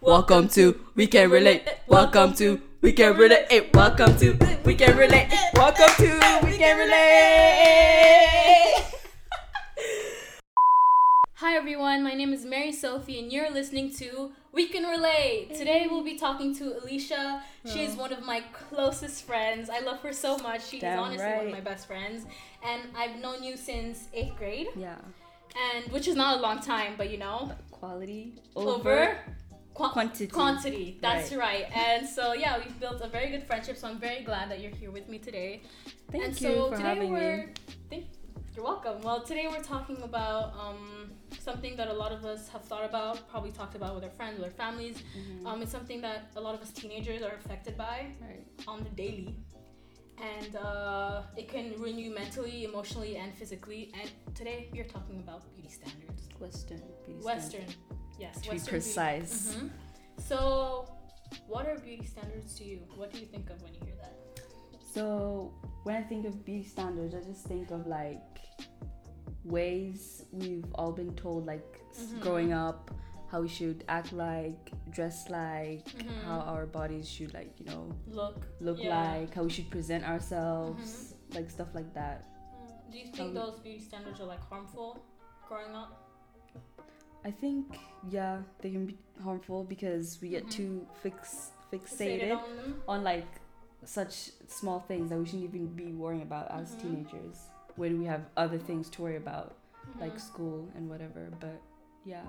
Welcome to We Can Relate. Welcome to We Can Relate. Welcome to We Can Relate. Welcome to We Can Relate. Hi everyone, my name is Mary Sophie and you're listening to We Can Relate. Today we'll be talking to Alicia. She is one of my closest friends. I love her so much. She Damn is honestly one right. of my best friends. And I've known you since eighth grade. Yeah. And which is not a long time, but you know. Quality Over qua- quantity. quantity. That's right. And so yeah, we've built a very good friendship, so I'm very glad that you're here with me today. Thank and you so for today having we're, me. Thank, you're welcome. Well, today we're talking about um, something that a lot of us have thought about, probably talked about with our friends, with our families. Mm-hmm. Um, it's something that a lot of us teenagers are affected by Right. on the daily. And uh, it can ruin you mentally, emotionally, and physically. And today we are talking about beauty standards. Western. Mm-hmm. beauty Western, yes. standard. To be Western precise. Beauty. Mhm. So, what are beauty standards to you? What do you think of when you hear that? So when I think of beauty standards, I just think of like ways we've all been told, like s Mhm. growing up, how we should act like, dress like, Mhm. how our bodies should like, you know, Look. look Yeah. Mm-hmm. like, how we should present ourselves, like stuff like that. Mm. Do you think Um, those beauty standards are like harmful growing up? I think yeah, they can be harmful because we get Mhm. too fix Fixated fixated on them? on like such small things that we shouldn't even be worrying about as Mhm. teenagers when we have other things to worry about. like Mhm. school and whatever but yeah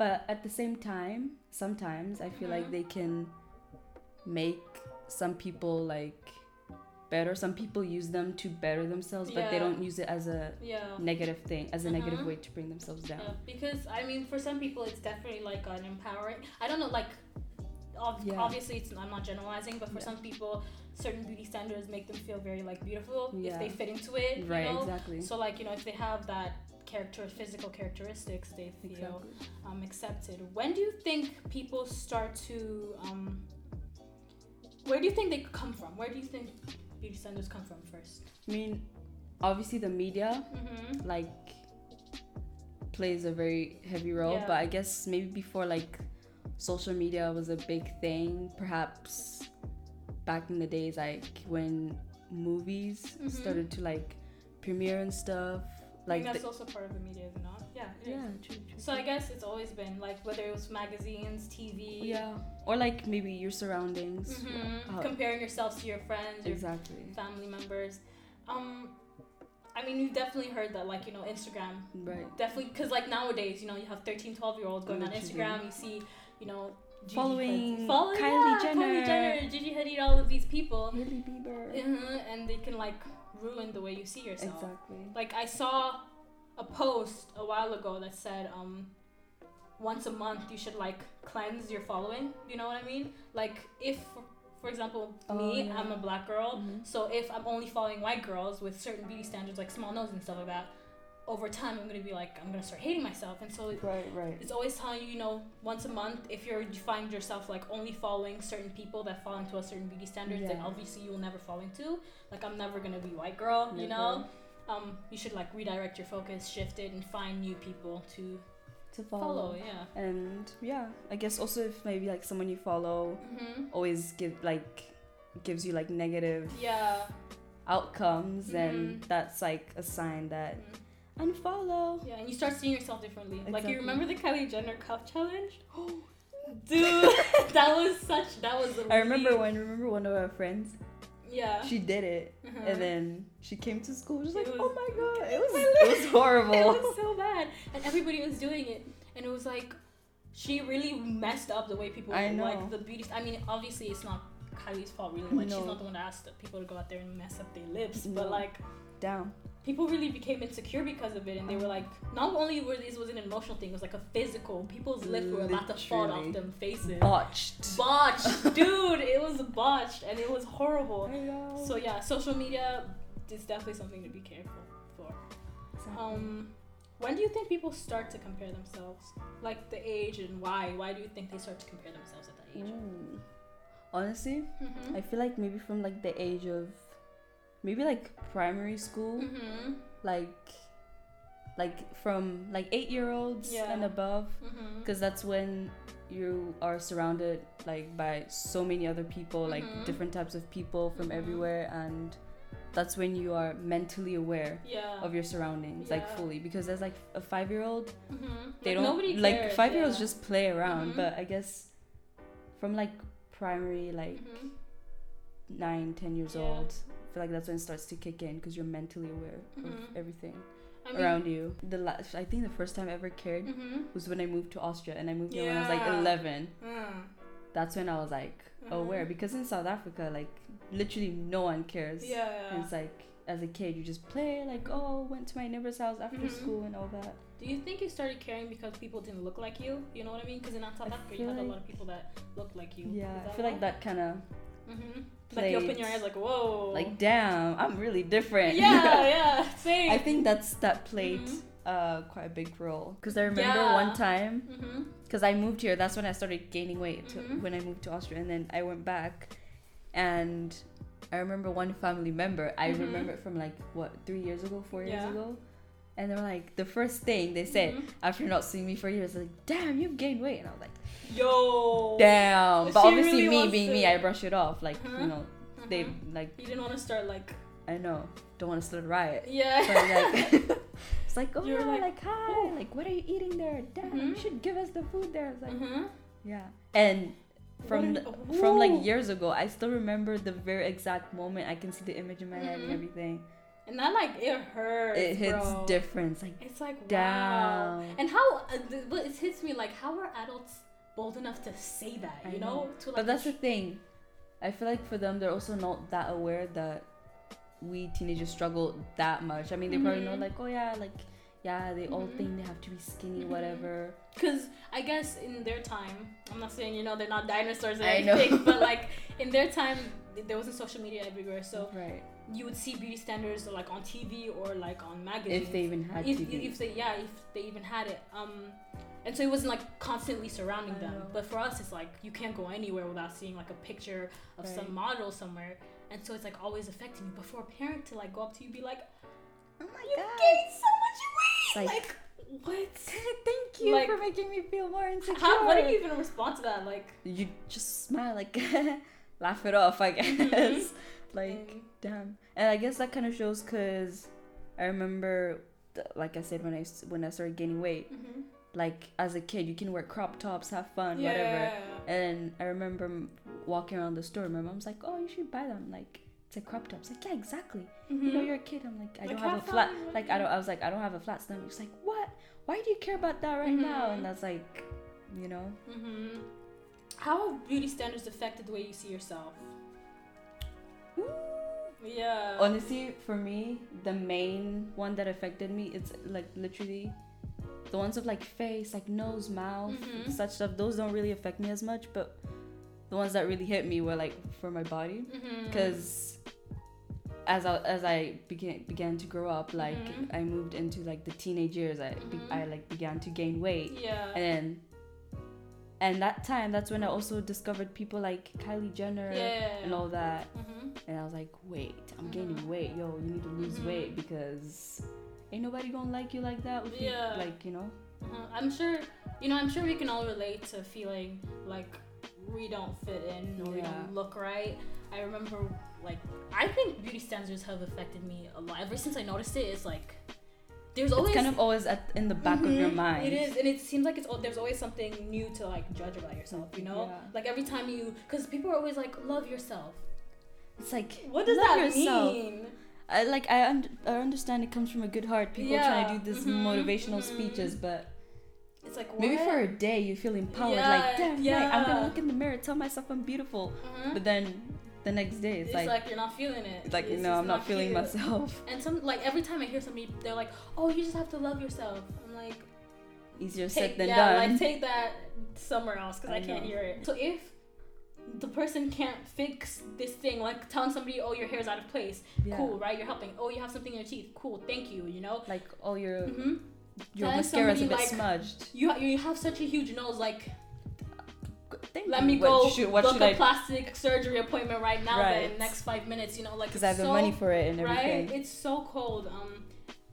but at the same time sometimes i feel like Mhm. they can make some people like better some people use them to better themselves but they Yeah. don't use it as a yeah. negative thing as a negative Mhm. way to bring themselves down Yeah, because I mean, for some people, it's definitely like an empowering. I don't know, like ob- Yeah. obviously, it's I'm not generalizing, but for Yeah. some people, certain beauty standards make them feel very like beautiful Yeah. if they fit into it. right You know? exactly So like you know, if they have that character, physical characteristics, they feel exactly um, accepted. When do you think people start to? Um, where do you think they come from? Where do you think beauty standards come from 1st i mean obviously the media Mm-hmm. like plays a very heavy role Yeah. but i guess maybe before like social media was a big thing perhaps back in the days like when movies Mhm. started to like premiere and stuff like that's the- also part of the media, is it not? Yeah. it is. yeah true, true, So I true. guess it's always been like whether it was magazines, TV, yeah or like maybe your surroundings mhm, how- comparing yourselves to your friends, your exactly family members. Um, I mean, you've definitely heard that, like you know, Instagram right definitely because like nowadays, you know, you have 13, 12 year olds going on Literally. Instagram. You see, you know, Gigi Following Hadid- Kylie yeah, Jenner. Kylie Jenner, Gigi Hadid, all of these people, Hailey Bieber Mhm, and they can like ruin the way you see yourself. exactly Like I saw a post a while ago that said, um, once a month you should like cleanse your following. You know what I mean? Like if, for example, Oh, me, yeah. I'm a black girl, Mhm. so if I'm only following white girls with certain beauty standards like small nose and stuff like that, over time I'm gonna be like I'm gonna start hating myself, and so. It, right right it's always telling you, you know, once a month, if you're, you find yourself like only following certain people that fall into a certain beauty standard, then Yeah. obviously you will never fall into. Like, I'm never gonna be white girl, you know? Never um, you should like redirect your focus, shift it, and find new people to to follow. follow Yeah. and yeah i guess also if maybe like someone you follow Mm-hmm. always give like gives you like negative Yeah. outcomes then Mhm. that's like a sign that Mhm. unfollow Yeah, and you start seeing yourself differently. Like Exactly. you remember the Kylie Jenner cuff challenge? Dude, that was such. That was. a i remember really- when remember one of our friends Yeah. she did it Uh-huh. and then she came to school just It like was- oh my god it was My it was lip- horrible It was so bad, and everybody was doing it, and it was like, she really messed up the way people I know. like the beauty. I mean, obviously it's not Kylie's fault, really. Like No. she's not the one that asked the people to go out there and mess up their lips, No. but like. down people really became insecure because of it and they were like not only were this was an emotional thing it was like a physical people's lips were about to fall Literally. off them faces botched botched dude it was botched and it was horrible I know. so yeah social media is definitely something to be careful for Exactly. um when do you think people start to compare themselves like the age and why why do you think they start to compare themselves at that age Mm. honestly mm-hmm. i feel like maybe from like the Mm. age of maybe like primary school Mm-hmm. like like from like eight year olds Yeah. and above Mm-hmm. because that's when you are surrounded like by so many other people like Mhm. different types of people from Mhm. everywhere and that's when you are mentally aware Yeah. of your surroundings like Yeah. fully because as like a five year old Mhm. they Like, don't nobody like cares, five year olds yeah. just play around Mhm. but i guess from like primary like Mhm. nine ten years Yeah. old i feel like that's when it starts to kick in because you're mentally aware Mhm. of everything I mean, around you the last i think the first time i ever cared Mhm. was when i moved to austria and i moved there when i was like Yeah. 11 Mm. that's when i was like aware Mhm. because in south africa like literally no one cares Yeah. Mm-hmm. And it's like as a kid you just play like oh went to my neighbor's house after Mhm. school and all that Do you think you started caring because people didn't look like you? You know what I mean? Because in South Africa, you feel had a like- lot of people that looked like you. yeah i feel like that kind of hmm Like you open your played- eyes, like whoa. like damn i'm really different Yeah, yeah, same. i think that's that played Mhm. uh quite a big role because i remember Yeah. one time hmm because i moved here that's when i started gaining weight to- Mhm. when i moved to austria and then i went back and i remember one family member i Mhm. remember it from like what three years ago four years Yeah. Mm-hmm. ago and they were like the first thing they said after not seeing me for years like damn you've gained weight and i was like Mm-hmm. Yo. damn But but Oh. she obviously really me wants being to- me i brush it off like Uh-huh. you know they Mhm. like You didn't want to start like. i know don't want to start a riot Yeah. So, like, it's like, oh, You were no, like, like, hi, oh. like, what are you eating there? Damn, you Mhm. should give us the food there. I was like, hmm yeah. And from the, from like years ago, I still remember the very exact moment. I can see the image in my head and Mhm. everything. And that like it hurts. it hits bro. different. It's like, It's like wow. down. And how uh, th- but it hits me like how are adults bold enough to say that? I You know. know? To like but that's the thing. I feel like for them, they're also not that aware that we teenagers struggle that much. I mean, they probably know, Mhm. like, oh, yeah, like, yeah, they all Mhm. think they have to be skinny, Mhm. whatever. Because I guess in their time, I'm not saying you know they're not dinosaurs or I know. anything, but like in their time, th- there wasn't social media everywhere, so right. you would see beauty standards like on TV or like on magazines. If they even had if, to be. if they yeah, if they even had it, um, and so it wasn't like constantly surrounding I them. know. But for us, it's like you can't go anywhere without seeing like a picture of Right. some model somewhere, and so it's like always affecting you. But for a parent to like go up to you and be like, Oh my "You god. gained so much weight," Like- like, what? Thank you Like- for making me feel more insecure. How, what do you even respond to that? Like. You just smile, like laugh it off, I guess. Mhm. Like thing. damn. And I guess that kind of shows because I remember, th- like I said, when I s- when I started gaining weight, Mhm. like as a kid, you can wear crop tops, have fun, whatever. And I remember m- walking around the store. My mom's like, "Oh, you should buy them." Like it's a crop top. It's like yeah, exactly. You know, Mhm. you're a kid. I'm like, I Like, don't have have a flat. fun, Like I don't. I was like, I don't have a flat stomach. She's like, what? Why do you care about that right now? And Mhm. that's like, you know, Mhm. How have beauty standards affected the way you see yourself? Yeah. honestly, for me, the main one that affected me, it's like literally, the ones of like face, like nose, mouth, Mhm. such stuff. Those don't really affect me as much, but the ones that really hit me were like for my body, Mhm. because. As I, as I began began to grow up, like Mhm. I moved into like the teenage years, I be- Mhm. I like began to gain weight, Yeah. and and that time that's when i also discovered people like kylie jenner yeah. and all that Mhm. and i was like wait i'm Mhm. gaining weight yo you need to lose Mhm. weight because ain't nobody gonna like you like that with you- Yeah. like you know Uh-huh. I'm sure. You know, I'm sure we can all relate to feeling like we don't fit in or we Yeah. don't look right. I remember, like, I think beauty standards have affected me a lot. Ever since I noticed it, it's like there's always it's kind of always at, in the back of your Mhm. mind It is, and it seems like it's al- there's always something new to like judge about yourself. You know, Yeah. like every time you, because people are always like, love yourself. it's like What does love that yourself. mean? i like I, un- I understand it comes from a good heart people trying to Yeah. do this Mhm. motivational Mhm. speeches but It's like maybe what? for a day you feel empowered Yeah, like damn right i'm gonna yeah. look in the mirror tell myself i'm beautiful Mhm. but then the next day it's it's like, you're not feeling it. It's like, It's no, just I'm not feeling you. myself. And some like every time I hear somebody, they're like, oh, you just have to love yourself. I'm like, Easier take said than yeah, done. like take that somewhere else because I I, can't know. hear it. So if the person can't fix this thing, like telling somebody, oh, your hair's out of place, Yeah. cool, right? You're helping. Oh, you have something in your teeth, cool, thank you. You know. Like, all your hmm your Telling mascara's a somebody, bit like, smudged. You ha- you have such a huge nose. Like, Thank let you. me What go should- what book should a I? plastic surgery appointment right now. Right. Then next five minutes, you know, like Because it's I have the so- money for it and right? everything. It's so cold. Um,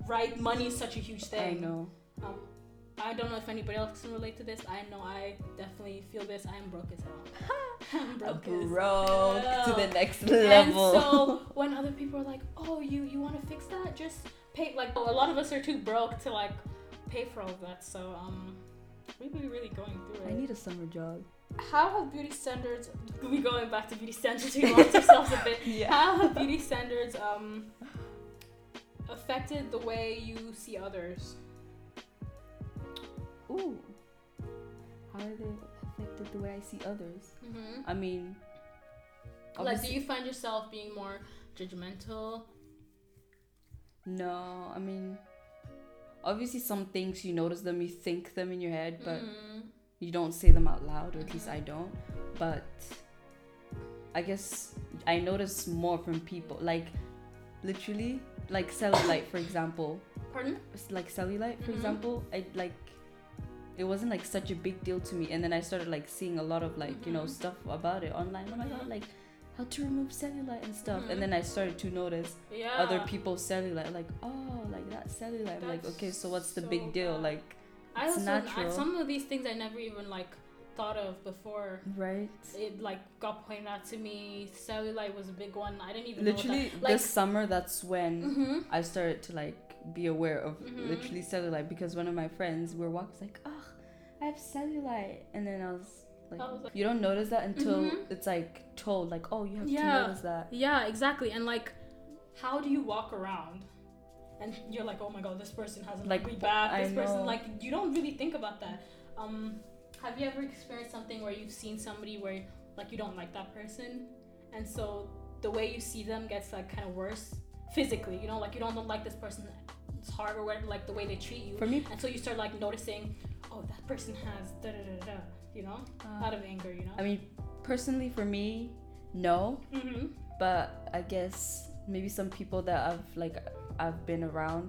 right money is such a huge I thing know. um, I don't know if anybody else can relate to this. I know I definitely feel this. I am broke as hell. I'm broke as Broke to the hell. next And level. so when other people are like, "Oh, you you want to fix that? Just pay." Like a lot of us are too broke to like pay for all of that. So um, we be really going through I it. need a summer job. How have beauty standards? We going back to beauty standards. We lost ourselves a bit. Yeah. How have beauty standards um affected the way you see others? Ooh. How are they affected the way I see others? Mm-hmm. I mean, Like, do obviously- you find yourself being more judgmental? No, I mean, obviously some things you notice them, you think them in your head, but Mhm. you don't say them out loud, or at least Mhm. I don't. But I guess I notice more from people, like literally, like cellulite, for example. pardon? s- like cellulite for Mhm. example i like it wasn't like such a big deal to me and then i started like seeing a lot of like you know Mhm. stuff about it online oh my god Mhm. like how to remove cellulite and stuff Mhm. and then i started to notice Yeah. other people's cellulite like oh like that cellulite i'm like Ah. That's okay so what's the so big deal bad. like I it's also, natural. I, some of these things I never even like thought of before. right It like got pointed out to me. Cellulite was a big one. I didn't even literally Know what that, like, this summer that's when hmm I started to like be aware of Mhm. literally cellulite because one of my friends we were walking was like, oh, I have cellulite, and then I was like, I was like- you don't notice that until Mhm. it's like told, like, oh, you have Yeah. to notice that. Yeah, exactly. And like, how do you walk around? And you're like, oh my god, this person has an Like, ugly back. I This person, know. like, you don't really think about that. Um, have you ever experienced something where you've seen somebody where like you don't like that person, and so the way you see them gets like kind of worse physically. You know, like you don't, don't like this person's heart or whatever, like the way they treat you, For me, and so you start like noticing, oh, that person has da da da da. You know, out uh, of anger. You know. I mean, personally for me, no, mm-hmm. but I guess maybe some people that I've like I've been around.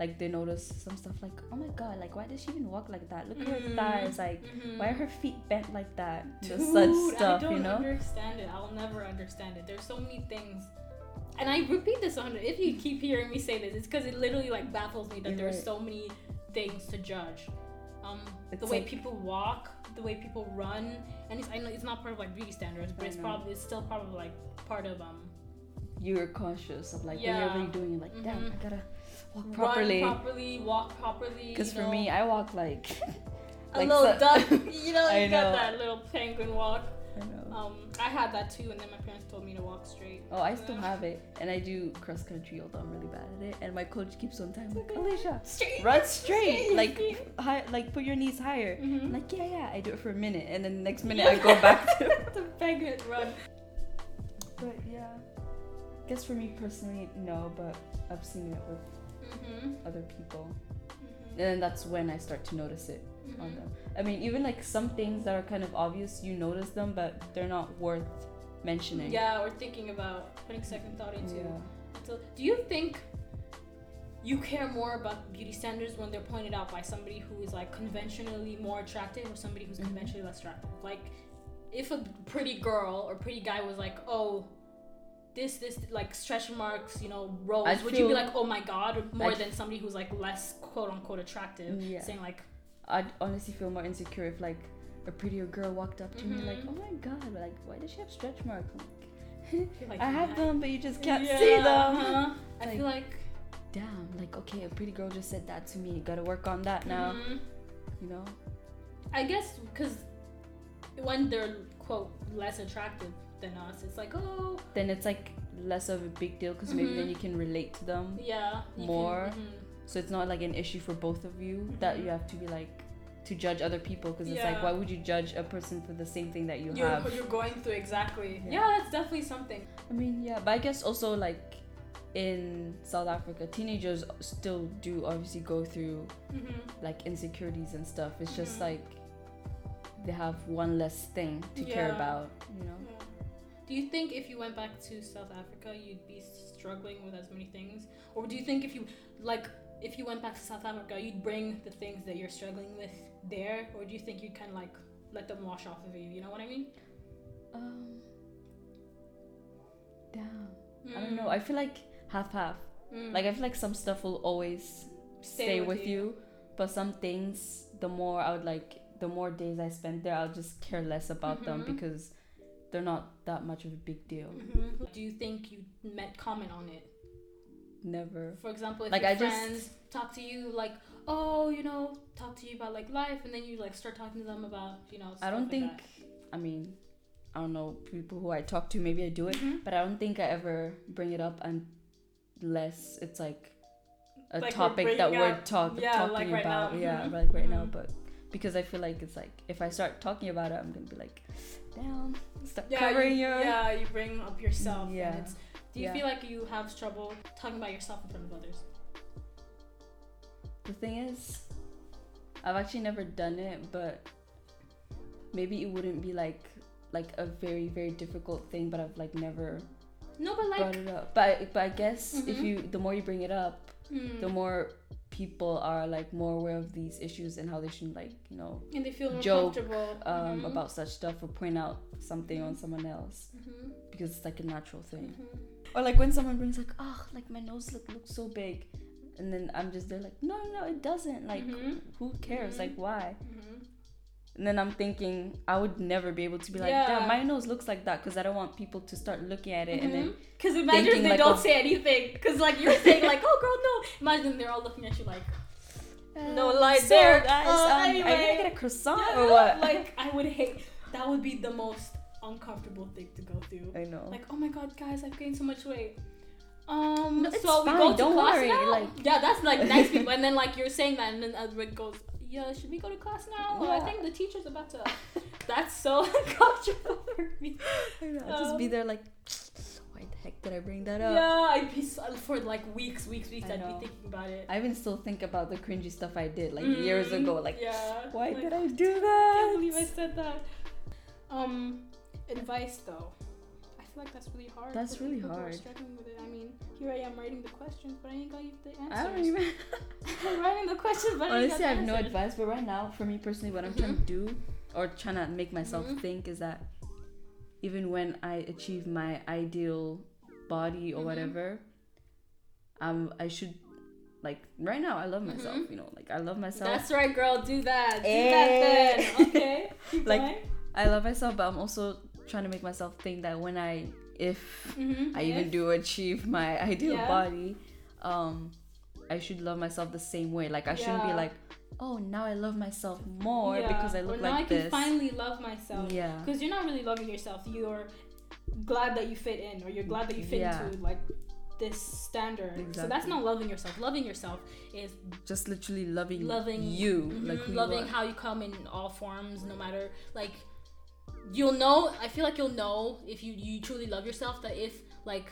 Like they notice some stuff like, oh my god, like why does she even walk like that? Look at her Mhm. thighs, like Mhm. why are her feet bent like that? Dude, Just such stuff, I don't you know? understand it. I'll never understand it. There's so many things. And I repeat this on if you keep hearing me say this, it's because it literally like baffles me that You're there are right. so many things to judge. Um, the It's way like- people walk, the way people run, and it's, I know it's not part of like beauty standards, but I it's know. probably it's still probably like part of um you're conscious of like Yeah. whatever you're doing you're like damn Mhm. i gotta walk run properly properly, walk properly. because you for know, me i walk like a like little so- duck, you know, I you got know. that little penguin walk. I know. Um, I had that too, and then my parents told me to walk straight. oh i still Yeah. have it and i do cross country although i'm really bad at it and my coach keeps on time like alicia Straight. run straight Straight. like high, like put your knees higher I'm Mhm. like yeah yeah i do it for a minute and then the next minute i go back to the penguin run. but yeah guess for me personally no but i've seen it with Mm-hmm. other people and then that's when i start to notice it on Mm-hmm. them. I mean, even like some things that are kind of obvious, you notice them, but they're not worth mentioning. Yeah, we're thinking about putting second thought into. Yeah. So, do you think you care more about beauty standards when they're pointed out by somebody who is like conventionally more attractive or somebody who's Mhm. conventionally less attractive? Like, if a pretty girl or pretty guy was like, oh. This, this, like stretch marks, you know, rose. I'd Would you be feel- like, oh my god, more I'd- than somebody who's like less quote unquote attractive, Yeah. saying like, I'd honestly feel more insecure if like a prettier girl walked up to me like, Mhm. "Oh my god, like why does she have stretch marks?" you're Like, like, I have "Yeah." them, but you just can't Yeah, see them. uh-huh. I feel like Damn, like okay, a pretty girl just said that to me. Got to work on that now, mhm. you know? I guess because when they're quote less attractive than us, it's like oh Then it's like less of a big deal because maybe then Mhm. you can relate to them. yeah you can- More. mhm. So it's not like an issue for both of you that Mhm. you have to be like to judge other people because it's like Yeah. why would you judge a person for the same thing that you you're, have? you're going through exactly Yeah. yeah. that's definitely something I mean, yeah, but I guess also like in South Africa, teenagers still do obviously go through mm-hmm. like insecurities and stuff. It's just Mhm. like they have one less thing to care Yeah. about, you know? Do you think if you went back to South Africa, you'd be struggling with as many things, or do you think if you like if you went back to South Africa, you'd bring the things that you're struggling with there, or do you think you'd kind of like let them wash off of you? You know what I mean? Um, damn. I don't know. I feel like half half. Mm. Like I feel like some stuff will always stay, with, you. but some things, the more I would like, the more days I spend there, I'll just care less about Mhm. them because they're not that much of a big deal. hmm Do you think you met comment on it? Never. For example, if Like, your I just- friends talk to you like, oh, you know, talk to you about like life, and then you like start talking to them about, you know. I stuff don't like think. I that. mean, I don't know people who I talk to. Maybe I do it, Mhm. but I don't think I ever bring it up unless it's like a Like we're topic that bringing we're up- talk- yeah, talking like right about. now. Yeah, Mhm. like right now. Mhm. But because I feel like it's like if I start talking about it, I'm gonna be like, damn, stop Yeah, covering you, your. yeah, you bring up yourself. and Yeah. it's- do you Yeah. feel like you have trouble talking about yourself in front of others? The thing is, I've actually never done it, but maybe it wouldn't be like like a very very difficult thing. But I've like never No, but brought like, it up. But I- but I guess if Mhm. you the more you bring it up, mm, the more people are like more aware of these issues and how they shouldn't like you know and they feel more joke, comfortable um, Mhm. about such stuff or point out something Mm-hmm. on someone else Mhm. because it's like a natural thing. Mhm. Or like when someone brings like, oh, like my nose look looks so big, and then I'm just there like, no, no, no, it doesn't. Like, Mhm. who cares? Mhm. Like, why? Mhm. And then I'm thinking I would never be able to be like, Yeah. damn, my nose looks like that because I don't want people to start looking at it and then because Mm-hmm. imagine if thinking, they like, oh don't of- say anything because like you're saying like oh girl no imagine they're all looking at you like No "Uh, light so, there. guys. Mm-hmm. Um, Uh, um, Are you anyway." gonna get a croissant yeah, or what? like I would hate that would be the most uncomfortable thing to go through I know. like oh my god guys I've gained so much weight um No, it's so we fine, go to don't class worry, now like- yeah that's like nice people and then like you're saying that and then Edward goes yeah should we go to class now Well, I Yeah. think the teacher's about to that's so uncomfortable for me I know. I'll just um, be there like, why the heck did I bring that up? yeah I'd be so, for like weeks weeks weeks I I'd know. be thinking about it I even still think about the cringy stuff I did like years Mm, ago. Like, yeah why like, did I do that? I can't believe I said that. Um, advice though. I feel like that's really hard. That's for really people who are hard. struggling with it. I mean, here I am writing the questions, but I ain't got you the answers. I don't even. I'm writing the questions, but I ain't Honestly, I got have the no answers. advice. But right now, for me personally, what I'm Mhm. trying to do or trying to make myself Mhm. think is that even when I achieve my ideal body or Mhm. whatever, um, I should like right now. I love myself. Mhm. You know, like I love myself. That's right, girl. Do that. Do Eh. that then. Okay. Keep Like, going. I love myself, but I'm also trying to make myself think that when I, if Mhm, I even yes. do achieve my ideal Yeah. body, um, I should love myself the same way. Like I shouldn't be Yeah. like, oh, now I love myself more Yeah. because I Or look now like I can this. finally love myself. yeah, Because Uh-huh. you're not really loving yourself. You're glad that you fit in, or you're glad that you fit Yeah. into like this standard. So that's Exactly. not loving yourself. Loving yourself is just literally loving, loving you, Mhm, like who loving you are. how you come in all forms, no matter like you'll know. I feel like you'll know if you you truly love yourself that if like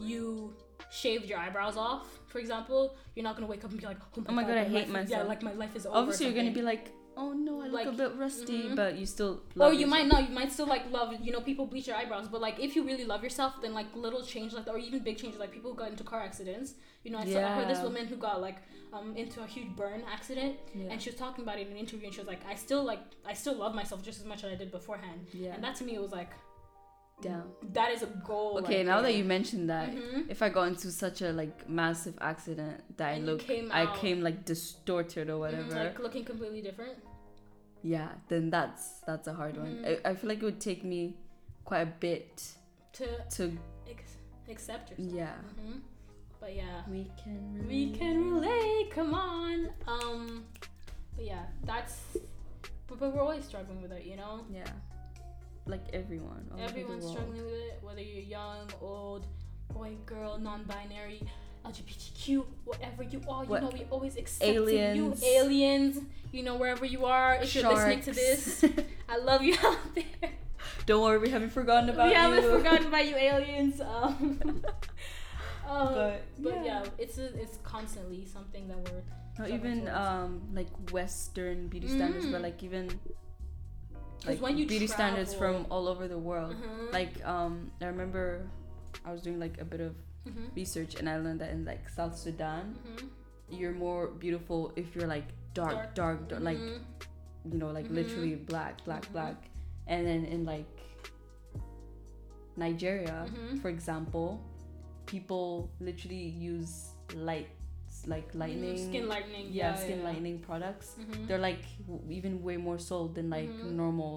you shaved your eyebrows off, for example, you're not gonna wake up and be like, oh my, Oh my God, I my hate life is- Yeah, myself. like my life is over. Obviously, or you're gonna something. be like, oh no, I look Like, a bit rusty, mhm. but you still. Or Love you yourself. might not. You might still like love. You know, people bleach your eyebrows, but like if you really love yourself, then like little change like that, or even big changes, like people who got into car accidents. You know, I, saw, I heard this Yeah. woman who got like um into a huge burn accident, Yeah. and she was talking about it in an interview, and she was like, "I still like, I still love myself just as much as I did beforehand." yeah. And that to me was like, Damn. that is a goal." Okay, right now there. that you mentioned that, Mhm. if I got into such a like massive accident that I And you look, came I out- came like distorted or whatever. Mhm, like looking completely different. yeah then that's that's a hard one Mhm. I, I feel like it would take me quite a bit To to ex- accept yourself. yeah hmm But yeah. we can We can relate. Come on. Um, but yeah, that's. But, but we're always struggling with it, you know. yeah like everyone all over the Everyone's world. struggling with it, whether you're young, old, boy, girl, non-binary, LGBTQ, whatever you are. You What- know, we always accepting Aliens. you, aliens. You know, wherever you are, if you're listening to this, Sharks. I love you out there. don't worry we haven't forgotten about we you haven't forgotten about you, aliens. Um, um, But, but, yeah. yeah. it's a, it's constantly something that not we're struggling even towards. um like western beauty standards but Mm. like even 'Cause like when you beauty standards travel- from all over the world Mhm. like um i remember i was doing like a bit of Mhm. research and i learned that in like south sudan Mhm. you're more beautiful if you're like dark, dark, Dark. dark, like Mhm. you know, like Mhm. literally black, black, Mhm. black. And then in like Nigeria, Mhm. for example, people literally use lights like lightning Mm, skin lightening. yeah, skin lightening products Mhm. they're like w- even way more sold than like Mhm. normal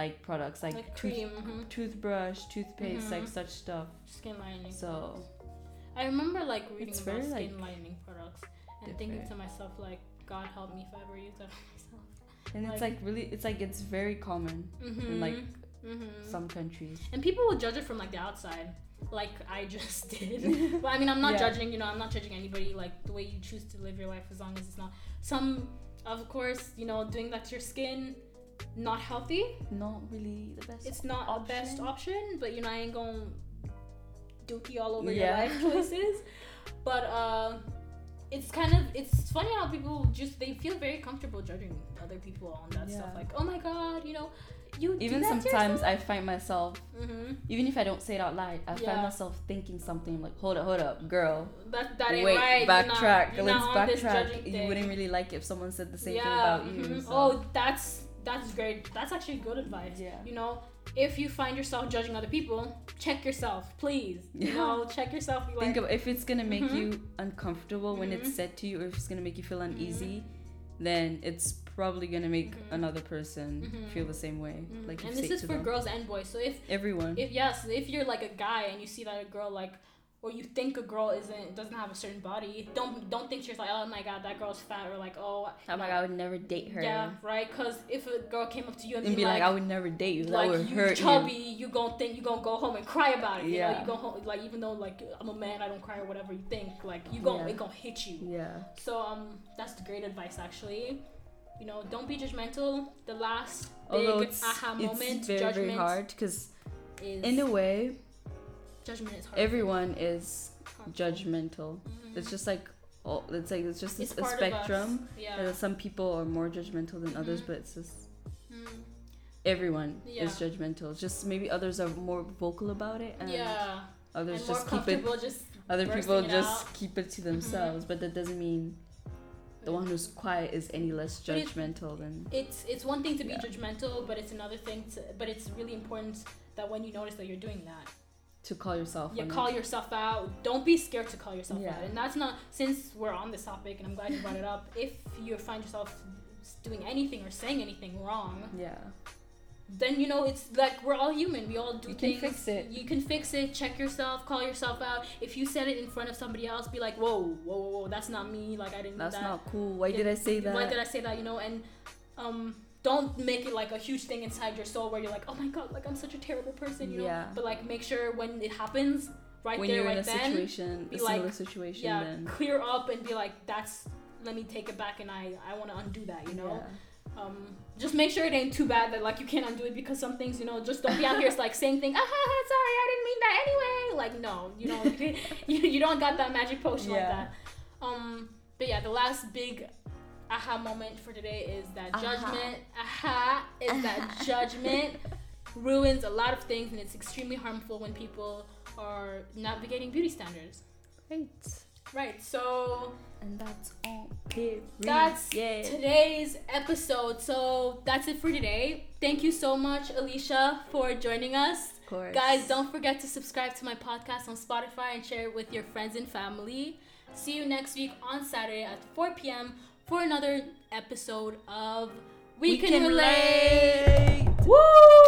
like products like, Like, tooth- cream, mhm. toothbrush toothpaste like Mhm. such stuff skin lightening. so I remember like reading It's about very, skin like, lightening products and thinking different. to myself like, God help me if I ever use that myself. and it's like Like- really it's like it's very common Mm-hmm. like, mm-hmm. some countries and people will judge it from like the outside, like I just did. but I mean, I'm not Yeah. judging. You know, I'm not judging anybody. Like the way you choose to live your life, as long as it's not some, of course, you know, doing that to your skin, not healthy. not really the best It's not the best option. option, but you know, I ain't gonna dookie all over Yeah. your life choices. but uh, it's kind of it's funny how people just they feel very comfortable judging other people on that stuff. Yeah. Like, oh my god, you know, you even sometimes i find myself hmm even if i don't say it out loud i Yeah. find myself thinking something I'm like hold up hold up girl That that ain't wait right. You're not- backtrack you're let's not on this judging backtrack you thing. wouldn't really like if someone said the same Yeah, thing about you mhm. so- Oh, that's that's great. That's actually good advice. Yeah. You know, if you find yourself judging other people, check yourself, please. You Yeah. know, check yourself. Like, think of if it's gonna make Mhm. you uncomfortable when it's Mhm. said to you or if it's gonna make you feel Mm-hmm. uneasy then it's probably gonna make Mhm. another person Mhm. feel the same way Mhm. like you and this is for girls and boys. So if everyone if yes, if you're like a guy and you see that a girl like or you think a girl isn't doesn't have a certain body, don't don't think to yourself, oh my god, that girl's fat or like oh i'm like i would never date her yeah right. Because if a girl came up to you and, and be like, i would never date you that would like you hurt chubby, you gonna think you gonna go home and cry about it. You know, Yeah. you go home like even though like I'm a man, I don't cry or whatever you think. Like you gonna Yeah. it gonna hit you. you yeah So um, that's great advice actually. You know, don't be judgmental. The last although big it's, aha moment, it's very judgment very hard because is in a way judgment is hard. everyone is Harmful. judgmental it's just like all it's like it's just It's a part of us. spectrum Yeah. Uh, some people are more judgmental than others Mhm. but it's just Mm. everyone Yeah. is judgmental. It's Just maybe others are more vocal about it, and yeah. others and more just keep it. comfortable just Other bursting people it just out. Mm-hmm. keep it to themselves, but that doesn't mean the one who's quiet is any less But it- judgmental than. it's it's one thing to be Yeah. judgmental, but it's another thing to but it's really important that when you notice that you're doing that, To call yourself. Yeah, on it. call yourself out. Don't be scared to call yourself Yeah. out. And that's not since we're on this topic, and I'm glad you brought it up. If you find yourself doing anything or saying anything wrong, Yeah. then you know it's like we're all human. We all do You can things. fix it. You can fix it. Check yourself. Call yourself out. If you said it in front of somebody else, be like, whoa, whoa, whoa, whoa that's not me. Like I didn't. do That's that. not cool. Why did I say that? Why did I say that? You know, and um, don't make it like a huge thing inside your soul where you're like, oh my god, like I'm such a terrible person. You know. Yeah. But like, make sure when it happens, right when there, you're right in a then situation, be a similar like, situation, yeah, then. clear up and be like, that's let me take it back and I I want to undo that, you know. Um, just make sure it ain't too bad that like you can't undo it because some things, you know, just don't be out here like saying things. Ah, ha, ha, sorry, I didn't mean that anyway. Like no, you know, you, you, you don't got that magic potion like Yeah. that. Um, but yeah, the last big aha moment for today is that Aha. judgment. Aha is that judgment ruins a lot of things and it's extremely harmful when people are navigating beauty standards. Yeah. Right. Right. So And that's all. Period. That's yeah. today's episode. So that's it for today. Thank you so much, Alicia, for joining us. of course. Guys, don't forget to subscribe to my podcast on Spotify and share it with your friends and family. See you next week on Saturday at 4 p.m. for another episode of We, Can, Relate. relate. Woo!